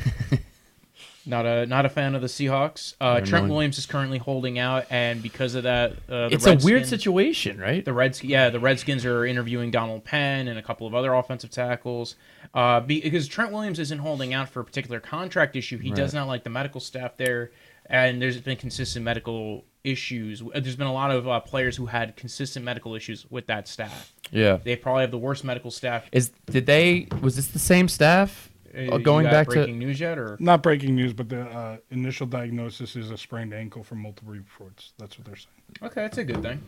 Speaker 3: not a not a fan of the Seahawks. Uh,
Speaker 4: They're
Speaker 3: Trent
Speaker 4: annoying.
Speaker 3: Williams is currently holding out, and because of that, uh, the
Speaker 4: it's a weird
Speaker 3: Redskins-
Speaker 4: situation, right?
Speaker 3: The Reds, yeah, the Redskins are interviewing Donald Penn and a couple of other offensive tackles uh, be- because Trent Williams isn't holding out for a particular contract issue. He does not like the medical staff there, and there's been consistent medical issues. Uh, There's been a lot of uh, players who had consistent medical issues with that staff.
Speaker 4: yeah.
Speaker 3: They probably have the worst medical staff.
Speaker 4: Is did they? Was this the same staff?
Speaker 3: Uh, you
Speaker 4: Uh, going
Speaker 3: got
Speaker 4: back
Speaker 3: breaking
Speaker 4: to
Speaker 3: news yet, or
Speaker 5: not breaking news. But the uh, initial diagnosis is a sprained ankle from multiple reports. That's what they're saying.
Speaker 3: okay, that's a good thing.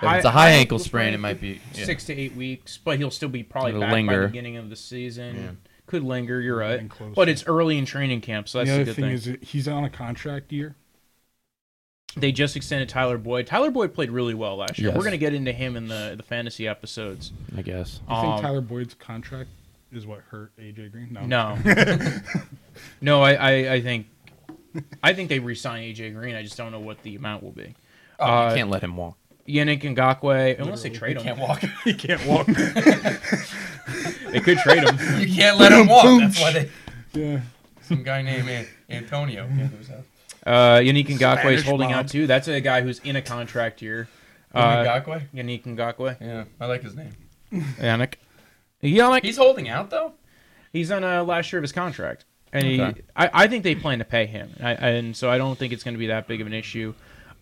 Speaker 4: if it's a high ankle sprain, it might be yeah.
Speaker 3: six to eight weeks, but he'll still be probably
Speaker 4: It'll
Speaker 3: back by
Speaker 4: linger.
Speaker 3: the beginning of the season. Could linger. You're right,
Speaker 5: Getting close.
Speaker 3: but it's early in training camp, so that's
Speaker 5: the
Speaker 3: a
Speaker 5: other
Speaker 3: good
Speaker 5: thing,
Speaker 3: thing.
Speaker 5: is that he's on a contract year.
Speaker 3: they just extended Tyler Boyd. Tyler Boyd played really well last year.
Speaker 4: Yes.
Speaker 3: We're gonna get into him in the the fantasy episodes.
Speaker 4: I guess.
Speaker 5: You
Speaker 3: Um,
Speaker 5: think Tyler Boyd's contract is what hurt AJ Green? No.
Speaker 3: No, no, I, I I think I think they re-sign AJ Green. I just don't know what the amount will be.
Speaker 4: Oh,
Speaker 3: Uh,
Speaker 4: you can't let him walk.
Speaker 3: Yannick Ngakwe, unless they trade him, can't walk.
Speaker 5: he can't walk.
Speaker 3: They could trade him.
Speaker 4: You can't let him walk. That's why they.
Speaker 5: yeah.
Speaker 4: Some guy named Antonio.
Speaker 3: Uh, Yannick Ngakwe is
Speaker 5: Spanish
Speaker 3: holding
Speaker 5: mob.
Speaker 3: out too. That's a guy who's in a contract year. Uh, Yannick Ngakwe.
Speaker 4: Yeah, I like his name.
Speaker 3: Yannick. Yannick.
Speaker 4: He's holding out though.
Speaker 3: He's on a last year of his contract, and
Speaker 4: Okay.
Speaker 3: he, I, I think they plan to pay him, I, and so I don't think it's going to be that big of an issue.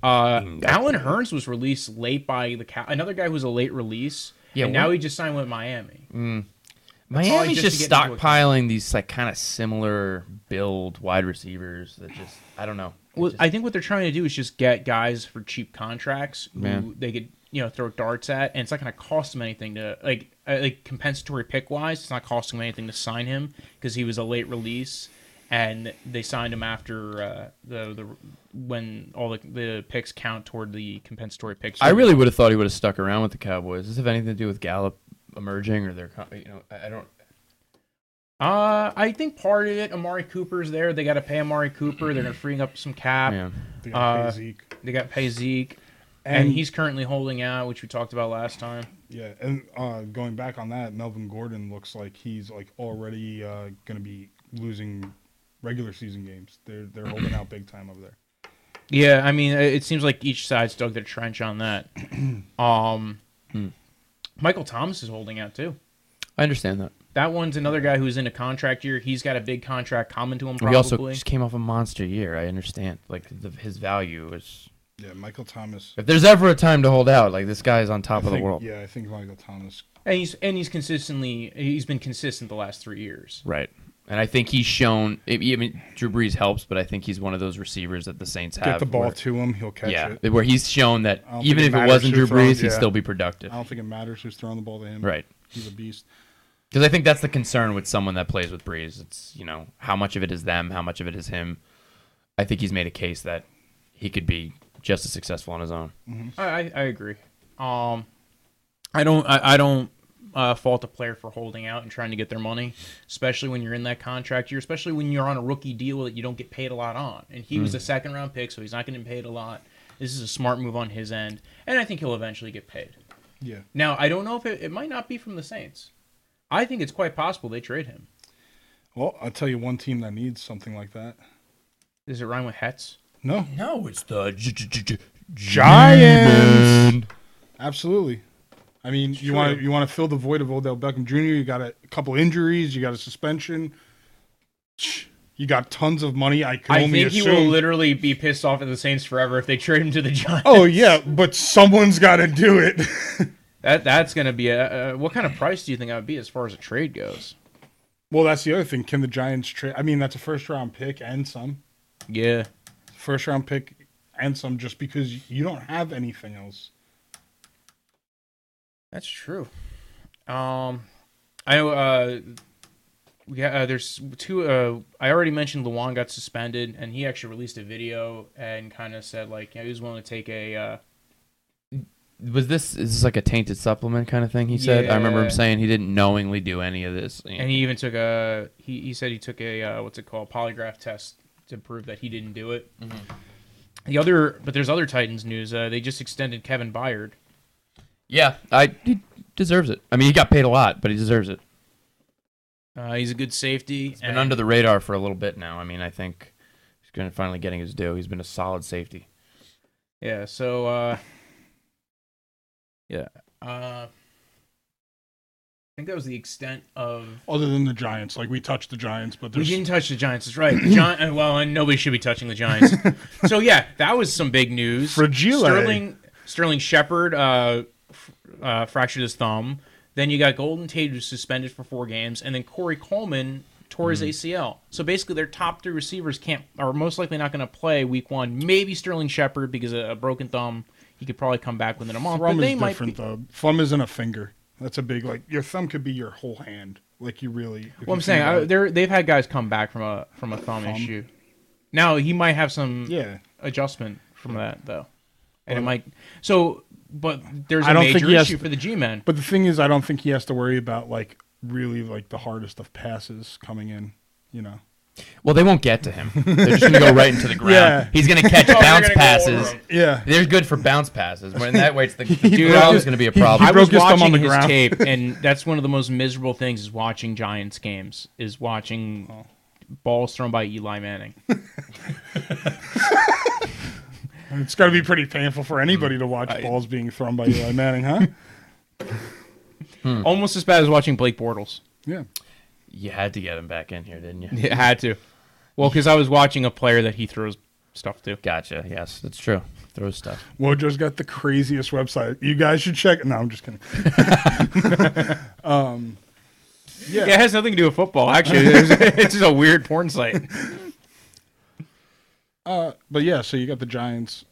Speaker 3: Uh, Alan Hearns was released late by the Cow- another guy who was a late release,
Speaker 4: Yeah,
Speaker 3: and
Speaker 4: what-
Speaker 3: now he just signed with Miami. probably
Speaker 4: Miami's
Speaker 3: just to
Speaker 4: just,
Speaker 3: get into a-
Speaker 4: stockpiling these like kind of similar build wide receivers that just I don't know. It
Speaker 3: Well,
Speaker 4: just-
Speaker 3: I think what they're trying to do is just get guys for cheap contracts who
Speaker 4: Man.
Speaker 3: they could you know throw darts at, and it's not going to cost them anything to like uh, like compensatory pick wise. It's not costing them anything to sign him because he was a late release, and they signed him after uh, the the when all the, the picks count toward the compensatory picks.
Speaker 4: I really would have thought he would have stuck around with the Cowboys. Does this have anything to do with Gallup emerging or their? co- You know, I I don't.
Speaker 3: uh, I think part of it, Amari Cooper's there. They got to pay Amari Cooper. They're going to freeing up some cap.
Speaker 4: Yeah.
Speaker 5: They gotta pay
Speaker 3: Uh,
Speaker 5: Zeke.
Speaker 3: They got to pay Zeke.
Speaker 5: And-
Speaker 3: and he's currently holding out, which we talked about last time.
Speaker 5: Yeah, and uh, going back on that, Melvin Gordon looks like he's like already uh, going to be losing regular season games. They're they're holding out big time over there.
Speaker 3: Yeah, I mean, it it seems like each side's dug their trench on that. Um,
Speaker 4: Hmm.
Speaker 3: Michael Thomas is holding out too.
Speaker 4: I understand that.
Speaker 3: That one's another guy who's in a contract year. He's got a big contract coming to him
Speaker 4: He
Speaker 3: probably.
Speaker 4: also just came off a monster year. I understand. Like the, his value is.
Speaker 5: Yeah, Michael Thomas.
Speaker 4: If there's ever a time to hold out, like this guy is on top
Speaker 5: I
Speaker 4: of the
Speaker 5: think-
Speaker 4: world.
Speaker 5: Yeah, I think Michael Thomas.
Speaker 3: and he's and he's consistently he's been consistent the last three years.
Speaker 4: Right. And I think he's shown. I mean, Drew Brees helps, but I think he's one of those receivers that the Saints have.
Speaker 5: Get the ball
Speaker 4: where-
Speaker 5: to him, he'll catch
Speaker 4: Yeah,
Speaker 5: it.
Speaker 4: where he's shown that
Speaker 5: I don't think
Speaker 4: even if
Speaker 5: it
Speaker 4: it
Speaker 5: matters
Speaker 4: wasn't
Speaker 5: who
Speaker 4: Drew Brees,
Speaker 5: throws,
Speaker 4: he'd
Speaker 5: yeah.
Speaker 4: still be productive.
Speaker 5: I don't think it matters who's throwing the ball to him.
Speaker 4: Right.
Speaker 5: He's a beast.
Speaker 4: Because I think that's the concern with someone that plays with Breeze. It's you know how much of it is them, how much of it is him. I think he's made a case that he could be just as successful on his own.
Speaker 3: I, I, I agree. Um, I don't I, I don't uh, fault a player for holding out and trying to get their money, especially when you're in that contract year, especially when you're on a rookie deal that you don't get paid a lot on. And he was a second round pick, so he's not getting paid a lot. This is a smart move on his end, and I think he'll eventually get paid.
Speaker 5: Yeah.
Speaker 3: Now I don't know if it, it might not be from the Saints. I think it's quite possible they trade him.
Speaker 5: Well, I'll tell you one team that needs something like that.
Speaker 3: Does it rhyme with Hetz?
Speaker 5: No,
Speaker 4: No, it's the
Speaker 5: Giants. Absolutely. I mean, you
Speaker 3: true.
Speaker 5: want to you want to fill the void of Odell Beckham Jr. You got a couple injuries, you got a suspension, you got tons of money. I can
Speaker 3: I
Speaker 5: only
Speaker 3: think he
Speaker 5: assume.
Speaker 3: will literally be pissed off at the Saints forever if they trade him to the Giants.
Speaker 5: oh yeah, but someone's got to do it.
Speaker 3: That that's gonna be a uh, what kind of price do you think that would be as far as a trade goes?
Speaker 5: well, that's the other thing. Can the Giants trade? I mean, that's a first round pick and some
Speaker 3: Yeah,
Speaker 5: first round pick and some just because you don't have anything else.
Speaker 3: that's true. Um, I know. Uh, we got, uh, there's two. Uh, I already mentioned Luwan got suspended, and he actually released a video and kind of said like you know, he was willing to take a. Uh,
Speaker 4: Was this is this like a tainted supplement kind of thing? He said. I remember
Speaker 3: Yeah.
Speaker 4: him saying he didn't knowingly do any of this.
Speaker 3: and he even took a. He, he said he took a uh, what's it called polygraph test to prove that he didn't do it.
Speaker 4: Mm-hmm.
Speaker 3: The other, but there's other Titans news. Uh, they just extended Kevin Byard.
Speaker 4: yeah, I he deserves it. I mean, he got paid a lot, but he deserves it.
Speaker 3: Uh, he's a good safety.
Speaker 4: He's been under the radar for a little bit now. I mean, I think he's going to finally getting his due. He's been a solid safety.
Speaker 3: Yeah, so uh yeah. Uh I think that was the extent of
Speaker 5: Other than the Giants, like we touched the Giants, but
Speaker 3: we
Speaker 5: there's
Speaker 3: didn't touch the Giants. That's right. The Giant, uh, well, and nobody should be touching the Giants. so yeah, that was some big news.
Speaker 5: Fragile.
Speaker 3: Sterling Sterling Shepard uh, f- uh, fractured his thumb. Then you got Golden Tate who's suspended for four games, and then Corey Coleman tore his
Speaker 5: Hmm.
Speaker 3: ACL. So basically, their top three receivers can't are most likely not going to play Week One. Maybe Sterling Shepard because a, a broken thumb, he could probably come back within a month.
Speaker 5: thumb
Speaker 3: but they
Speaker 5: is
Speaker 3: might
Speaker 5: different
Speaker 3: be-
Speaker 5: though. Thumb isn't a finger. That's a big like your thumb could be your whole hand. Like you really. if
Speaker 3: Well, I'm
Speaker 5: you
Speaker 3: saying
Speaker 5: think about
Speaker 3: I,
Speaker 5: it.
Speaker 3: they're, they've had guys come back from a from a thumb, issue. Now he might have some
Speaker 5: Yeah.
Speaker 3: adjustment from that though, and it might. So, but there's a
Speaker 5: I don't
Speaker 3: major
Speaker 5: think he has
Speaker 3: issue for the G-men.
Speaker 5: But the thing is, I don't think he has to worry about like really like the hardest of passes coming in. You know.
Speaker 4: Well, they won't get to him. They're just going to go right into the ground.
Speaker 5: Yeah. Oh,
Speaker 4: He's going to catch
Speaker 3: they're
Speaker 4: bounce
Speaker 3: gonna go
Speaker 4: passes.
Speaker 3: over him.
Speaker 5: Yeah.
Speaker 4: They're good for bounce passes. When that way, it's the, the
Speaker 5: Dude,
Speaker 4: ground
Speaker 5: I-
Speaker 4: is going to be a
Speaker 5: he-
Speaker 4: problem.
Speaker 5: he
Speaker 3: I
Speaker 5: broke
Speaker 3: was
Speaker 5: his thumb
Speaker 3: watching
Speaker 5: on the
Speaker 3: his
Speaker 5: ground.
Speaker 3: tape, and that's one of the most miserable things is watching Giants games is watching balls thrown by Eli Manning.
Speaker 5: It's got to be pretty painful for anybody to watch balls being thrown by Eli Manning, huh?
Speaker 3: Almost as bad as watching Blake Bortles.
Speaker 5: Yeah.
Speaker 4: you had to get him back in here, didn't you?
Speaker 3: It had to. Well, because I was watching a player that he throws stuff to.
Speaker 4: Gotcha. Yes, that's true. Throw stuff.
Speaker 5: Wojo's got the craziest website. You guys should check. No, I'm just kidding.
Speaker 3: Yeah, it has nothing to do with football. Actually, it's it's just a weird porn site.
Speaker 5: Uh, but yeah, so you got the Giants.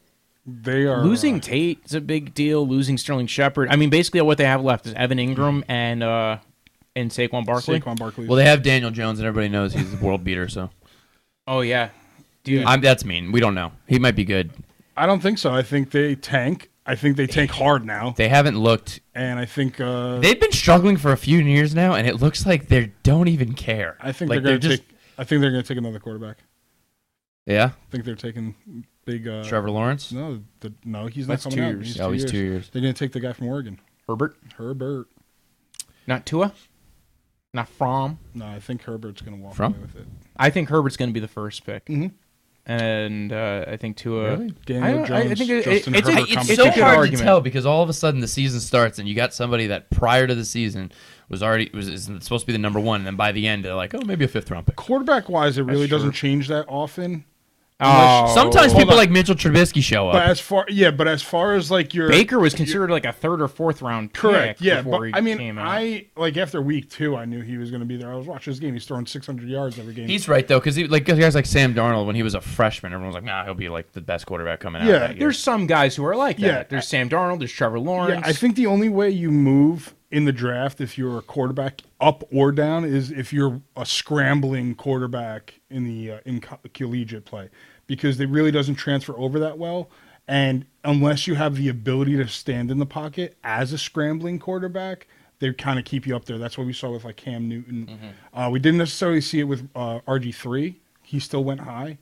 Speaker 5: They are
Speaker 3: Losing
Speaker 5: uh,
Speaker 3: Tate is a big deal. Losing Sterling Shepard. I mean, basically, what they have left is Evan Ingram and uh and Saquon Barkley.
Speaker 5: Saquon Barkley.
Speaker 4: Well, they have Daniel Jones, and everybody knows he's a world beater. So
Speaker 3: Oh yeah, dude.
Speaker 4: I'm, that's mean. We don't know. He might be good.
Speaker 5: I don't think so. I think they tank. I think they tank hard now,
Speaker 4: They haven't looked.
Speaker 5: and I think uh,
Speaker 4: They've been struggling for a few years now, and it looks like they don't even care.
Speaker 5: I think
Speaker 4: like
Speaker 5: they're going to
Speaker 4: just
Speaker 5: take. I think they're going to take another quarterback.
Speaker 4: yeah.
Speaker 5: I think they're taking big. Uh,
Speaker 4: Trevor Lawrence.
Speaker 5: No, the, no, he's not
Speaker 3: That's
Speaker 5: coming
Speaker 3: two
Speaker 5: out.
Speaker 3: years.
Speaker 5: He's
Speaker 4: Oh, he's two years.
Speaker 5: They're going to take the guy from Oregon,
Speaker 3: Herbert,
Speaker 5: Herbert.
Speaker 3: not Tua, not Fromm.
Speaker 5: No, I think Herbert's going to walk
Speaker 4: From?
Speaker 5: away with it.
Speaker 3: I think Herbert's going to be the first pick,
Speaker 5: Mhm.
Speaker 3: and uh, I think Tua.
Speaker 4: Really?
Speaker 5: Daniel
Speaker 3: I don't- I
Speaker 5: Jones,
Speaker 3: think it-
Speaker 5: Justin
Speaker 3: it's a-
Speaker 5: Herbert
Speaker 3: it's
Speaker 5: combination.
Speaker 4: it's so
Speaker 3: a good
Speaker 4: hard
Speaker 3: argument.
Speaker 4: to tell because all of a sudden the season starts and you got somebody that prior to the season was already was is supposed to be the number one, and then by the end they're like, oh, maybe a fifth round pick.
Speaker 5: quarterback wise, it really
Speaker 3: That's
Speaker 5: doesn't
Speaker 3: true.
Speaker 5: change that often.
Speaker 3: Oh,
Speaker 4: Sometimes
Speaker 5: Hold
Speaker 4: people
Speaker 5: on.
Speaker 4: like Mitchell Trubisky show
Speaker 5: But
Speaker 4: up.
Speaker 5: as far yeah, but as far as like your
Speaker 3: Baker was considered like a third or fourth round.
Speaker 5: correct,
Speaker 3: pick
Speaker 5: yeah.
Speaker 3: before
Speaker 5: But
Speaker 3: he
Speaker 5: I mean,
Speaker 3: came out.
Speaker 5: I like after week two, I knew he was going to be there. I was watching his game; he's throwing 600 yards every game.
Speaker 4: He's right though, because like guys like Sam Darnold when he was a freshman, everyone was like, nah, he'll be like the best quarterback coming out.
Speaker 5: Yeah,
Speaker 4: that year.
Speaker 3: There's some guys who are like that.
Speaker 5: Yeah.
Speaker 3: There's Sam Darnold. There's Trevor Lawrence.
Speaker 5: yeah, I think the only way you move in the draft if you're a quarterback up or down is if you're a scrambling quarterback in the uh, in co- collegiate play because it really doesn't transfer over that well. And unless you have the ability to stand in the pocket as a scrambling quarterback, they kind of keep you up there. That's what we saw with like Cam Newton. Uh, we didn't necessarily see it with uh, RG three. He still went high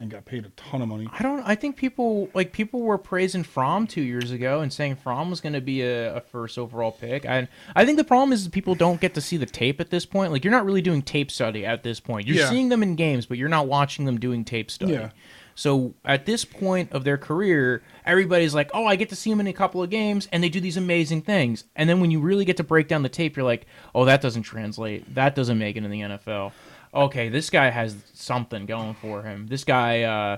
Speaker 5: and got paid a ton of money.
Speaker 3: I don't. I think people like people were praising Fromm two years ago and saying Fromm was going to be a, a first overall pick. And I think the problem is people don't get to see the tape at this point. Like you're not really doing tape study at this point. You're
Speaker 5: Yeah.
Speaker 3: seeing them in games, but you're not watching them doing tape study.
Speaker 5: Yeah.
Speaker 3: So at this point of their career, everybody's like, "Oh, I get to see them in a couple of games, and they do these amazing things." And then when you really get to break down the tape, you're like, "Oh, that doesn't translate. That doesn't make it in the NFL." Okay, this guy has something going for him. This guy, uh,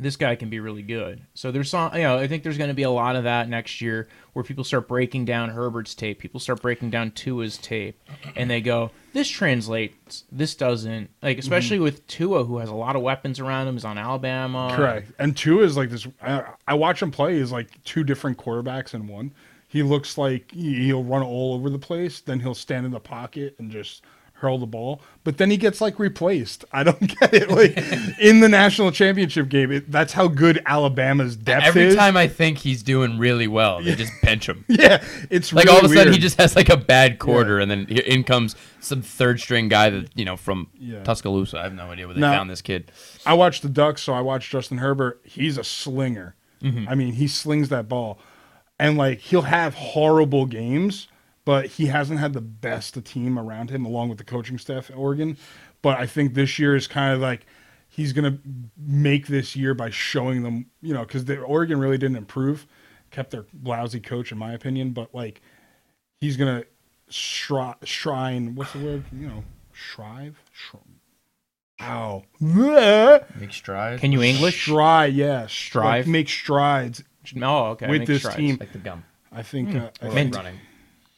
Speaker 3: this guy can be really good. So there's some, you know, I think there's going to be a lot of that next year where people start breaking down Herbert's tape, people start breaking down Tua's tape, and they go, this translates, this doesn't. Like especially
Speaker 5: Mm-hmm.
Speaker 3: with Tua, who has a lot of weapons around him, is on Alabama.
Speaker 5: Correct. And two is like this. I, I watch him play. Is like two different quarterbacks in one. he looks like he- he'll run all over the place. Then he'll stand in the pocket and just hurl the ball. But then he gets like replaced. I don't get it. Like in the national championship game, it, that's how good Alabama's depth
Speaker 4: Every
Speaker 5: is.
Speaker 4: time I think he's doing really well, they just bench him.
Speaker 5: yeah, it's
Speaker 4: Like
Speaker 5: really
Speaker 4: all of a sudden, he
Speaker 5: weird.
Speaker 4: just has like a bad quarter, and then here- in comes some third string guy that you know from
Speaker 5: Yeah.
Speaker 4: Tuscaloosa. I have no idea where they
Speaker 5: Now-
Speaker 4: found this kid.
Speaker 5: I watched the Ducks, so I watched Justin Herbert. He's a slinger. I mean, he slings that ball, and like he'll have horrible games, but he hasn't had the best of team around him, along with the coaching staff at Oregon. But I think this year is kind of like he's gonna make this year by showing them, you know, because Oregon really didn't improve, kept their lousy coach in my opinion. But like he's gonna shri- shrine. What's the word? You know, shrive. Shri- Ow. Bleh.
Speaker 4: Make strides.
Speaker 3: Can you English?
Speaker 5: Stride, yeah.
Speaker 3: Strive?
Speaker 5: Like, make strides.
Speaker 3: No, Oh, okay.
Speaker 5: With
Speaker 3: make
Speaker 5: this
Speaker 3: strides.
Speaker 5: team.
Speaker 4: Like the gum.
Speaker 5: I think.
Speaker 3: Hmm.
Speaker 5: uh, I
Speaker 4: Or
Speaker 5: think
Speaker 4: running.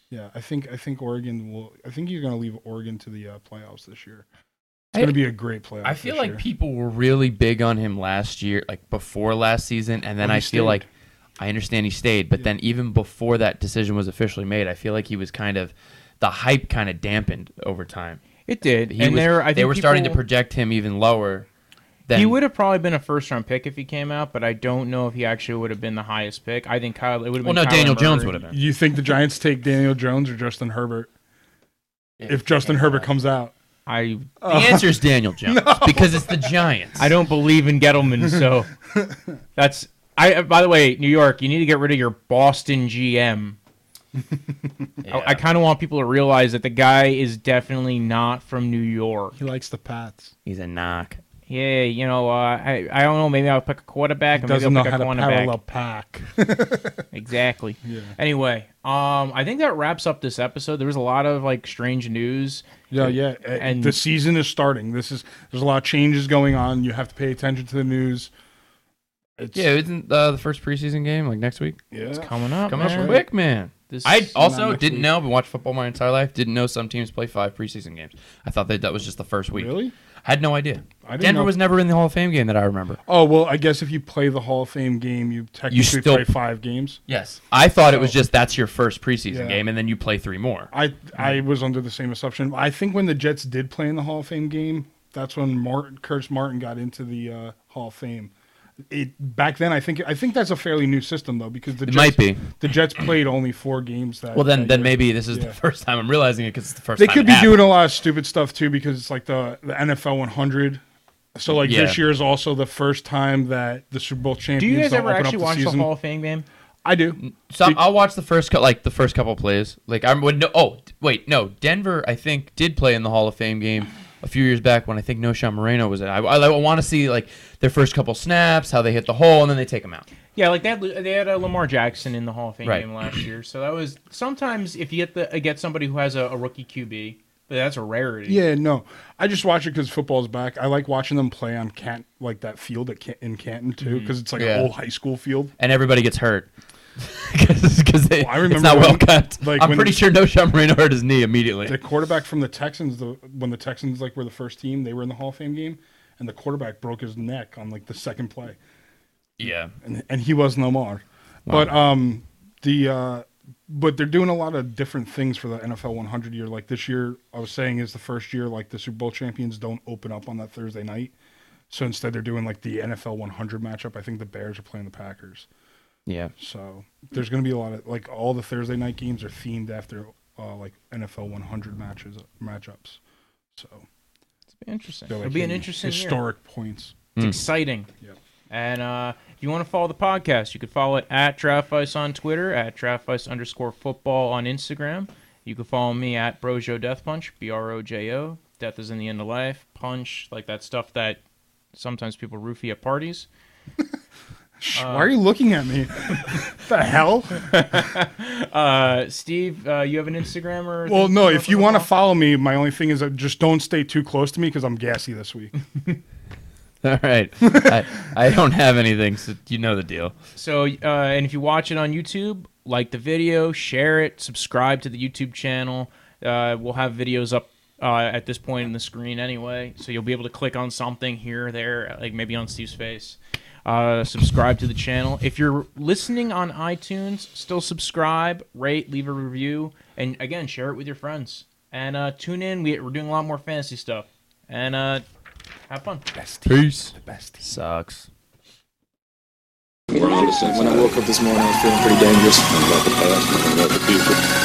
Speaker 5: yeah, I think. I think Oregon will. I think you're going to leave Oregon to the uh, playoffs this year. It's
Speaker 4: I-
Speaker 5: going to be a great playoff.
Speaker 4: I feel
Speaker 5: this
Speaker 4: like
Speaker 5: year.
Speaker 4: people were really big on him last year, like before last season, and then
Speaker 3: Oh,
Speaker 5: Well, he
Speaker 4: I feel
Speaker 5: stayed.
Speaker 4: like I understand he stayed, but then even before that decision was officially made, I feel like he was kind of the hype kind of dampened over time.
Speaker 3: It did.
Speaker 4: He
Speaker 3: and
Speaker 4: was,
Speaker 3: there, I think
Speaker 4: they were starting to
Speaker 3: people-
Speaker 4: project him even lower. Than,
Speaker 3: He would have probably been a first round pick if he came out, but I don't know if he actually would have been the highest pick. I think Kyle. It would have
Speaker 4: Well,
Speaker 3: been.
Speaker 4: no,
Speaker 3: Kyler
Speaker 4: Daniel Jones
Speaker 3: Murray.
Speaker 4: would have been.
Speaker 5: You think the Giants take Daniel Jones or Justin Herbert? if Justin Herbert comes out,
Speaker 3: I
Speaker 4: The answer is Daniel Jones because it's the Giants.
Speaker 3: I don't believe in Gettleman, so that's. I by the way, New York, you need to get rid of your Boston GM.
Speaker 4: Yeah.
Speaker 3: I, I kind of want people to realize that the guy is definitely not from New York.
Speaker 5: he likes the Pats.
Speaker 4: He's a knock.
Speaker 3: Yeah, you know, uh, I I don't know. Maybe I'll pick a quarterback. Or maybe I'll
Speaker 5: Doesn't know
Speaker 3: pick a
Speaker 5: how to
Speaker 3: cornerback.
Speaker 5: parallel pack.
Speaker 3: Exactly.
Speaker 5: Yeah.
Speaker 3: Anyway, um, I think that wraps up this episode. There was a lot of like strange news.
Speaker 5: Yeah, yeah. And
Speaker 3: And-
Speaker 5: the season is starting. This is there's a lot of changes going on. You have to pay attention to the news. It's,
Speaker 4: Yeah, isn't uh, the first preseason game like next week?
Speaker 5: yeah.
Speaker 3: It's coming up.
Speaker 4: Coming
Speaker 3: man.
Speaker 4: up quick, man.
Speaker 3: This
Speaker 4: I
Speaker 3: is
Speaker 4: also
Speaker 5: not next
Speaker 4: didn't
Speaker 5: week.
Speaker 4: know, but watched football my entire life. Didn't know some teams play five preseason games. I thought that that was just the first week.
Speaker 5: Really?
Speaker 4: Had no idea.
Speaker 5: I didn't
Speaker 4: Denver
Speaker 5: know-
Speaker 4: was never in the Hall of Fame game that I remember.
Speaker 5: Oh well, I guess if you play the Hall of Fame game, you technically
Speaker 4: still-
Speaker 5: play five games.
Speaker 4: Yes, I thought it was
Speaker 5: So-
Speaker 4: just that's your first preseason
Speaker 5: Yeah.
Speaker 4: game, and then you play three more.
Speaker 5: I I was under the same assumption. I think when the Jets did play in the Hall of Fame game, that's when Martin, Curtis Martin got into the uh, Hall of Fame. It back then, I think I think that's a fairly new system though, because the
Speaker 4: It
Speaker 5: Jets,
Speaker 4: might be.
Speaker 5: the Jets played only four games. That
Speaker 4: Well, then
Speaker 5: that
Speaker 4: then
Speaker 5: year.
Speaker 4: maybe this is
Speaker 5: Yeah.
Speaker 4: the first time I'm realizing it because it's the first.
Speaker 5: they
Speaker 4: time
Speaker 5: could
Speaker 4: it
Speaker 5: be
Speaker 4: happened.
Speaker 5: doing a lot of stupid stuff too, because it's like the the NFL 100. So like
Speaker 4: Yeah.
Speaker 5: this year is also the first time that the Super Bowl champions
Speaker 3: Do you guys
Speaker 5: don't
Speaker 3: ever
Speaker 5: open
Speaker 3: actually
Speaker 5: up the
Speaker 3: watch
Speaker 5: season.
Speaker 3: the Hall of Fame game?
Speaker 5: I do.
Speaker 4: So I'm- I'll watch the first cou- like the first couple plays. Like I'm when no, oh d- wait no Denver I think did play in the Hall of Fame game a few years back when I think No. Sean Moreno was in. I, I, want to see like their first couple snaps, how they hit the hole, and then they take them out.
Speaker 3: Yeah, like they had, they had uh, Lamar Jackson in the Hall of Fame
Speaker 4: Right.
Speaker 3: game last year. So that was sometimes if you get the uh, get somebody who has a, a rookie QB, but that's a rarity.
Speaker 5: Yeah, no. I just watch it because football's back. I like watching them play on Cant, like that field at Can- in Canton too, because it's like
Speaker 4: Yeah.
Speaker 5: an old high school field.
Speaker 4: And everybody gets hurt because they
Speaker 5: Well, I
Speaker 4: it's
Speaker 5: remember
Speaker 4: not well
Speaker 5: when-
Speaker 4: cut.
Speaker 5: like,
Speaker 4: I'm
Speaker 5: when-
Speaker 4: pretty sure No. Sean Moreno hurt his knee immediately.
Speaker 5: The quarterback from the Texans, the when the Texans like were the first team, they were in the Hall of Fame game, and the quarterback broke his neck on like the second play,
Speaker 4: yeah,
Speaker 5: and and he was no more. But um, the uh, but they're doing a lot of different things for the NFL 100 year. Like this year, I was saying is the first year like the Super Bowl champions don't open up on that Thursday night. So instead, they're doing like the NFL 100 matchup. I think the Bears are playing the Packers.
Speaker 4: yeah.
Speaker 5: So there's going to be a lot of like all the Thursday night games are themed after uh, like NFL 100 matches matchups. So
Speaker 3: It's interesting.
Speaker 5: they're,
Speaker 3: It'll
Speaker 5: like,
Speaker 3: be an
Speaker 5: hidden
Speaker 3: interesting year.
Speaker 5: historic points.
Speaker 3: It's exciting.
Speaker 5: Yep.
Speaker 3: And uh, if you want to follow the podcast, you can follow it at Draftvice on Twitter, at Draftvice underscore football on Instagram. You can follow me at Brojo Death Punch, B R O J O. Death is in the end of life. Punch, like that stuff that sometimes people roofie at parties.
Speaker 5: Shh, Why are you looking at me? the hell?
Speaker 3: Uh, Steve, uh, you have an Instagram or?
Speaker 5: Well,
Speaker 3: thing
Speaker 5: no.
Speaker 3: for
Speaker 5: If you want to
Speaker 3: football?
Speaker 5: follow me, my only thing is that just don't stay too close to me because I'm gassy this week.
Speaker 4: All right, I, I don't have anything, so you know the deal.
Speaker 3: So, uh, and if you watch it on YouTube, like the video, share it, subscribe to the YouTube channel. Uh, we'll have videos up uh, at this uh, point in the screen anyway, so you'll be able to click on something here, or there, like maybe on Steve's face. Uh, subscribe to the channel. If you're listening on iTunes, still subscribe, rate, leave a review, and again, share it with your friends. And uh, tune in. We, we're doing a lot more fantasy stuff. And uh, have fun.
Speaker 4: Peace. Sucks.
Speaker 1: We're on the same
Speaker 2: When I
Speaker 1: side.
Speaker 2: woke up this morning, I was feeling pretty dangerous.
Speaker 1: I'm about the past and I'm about the future.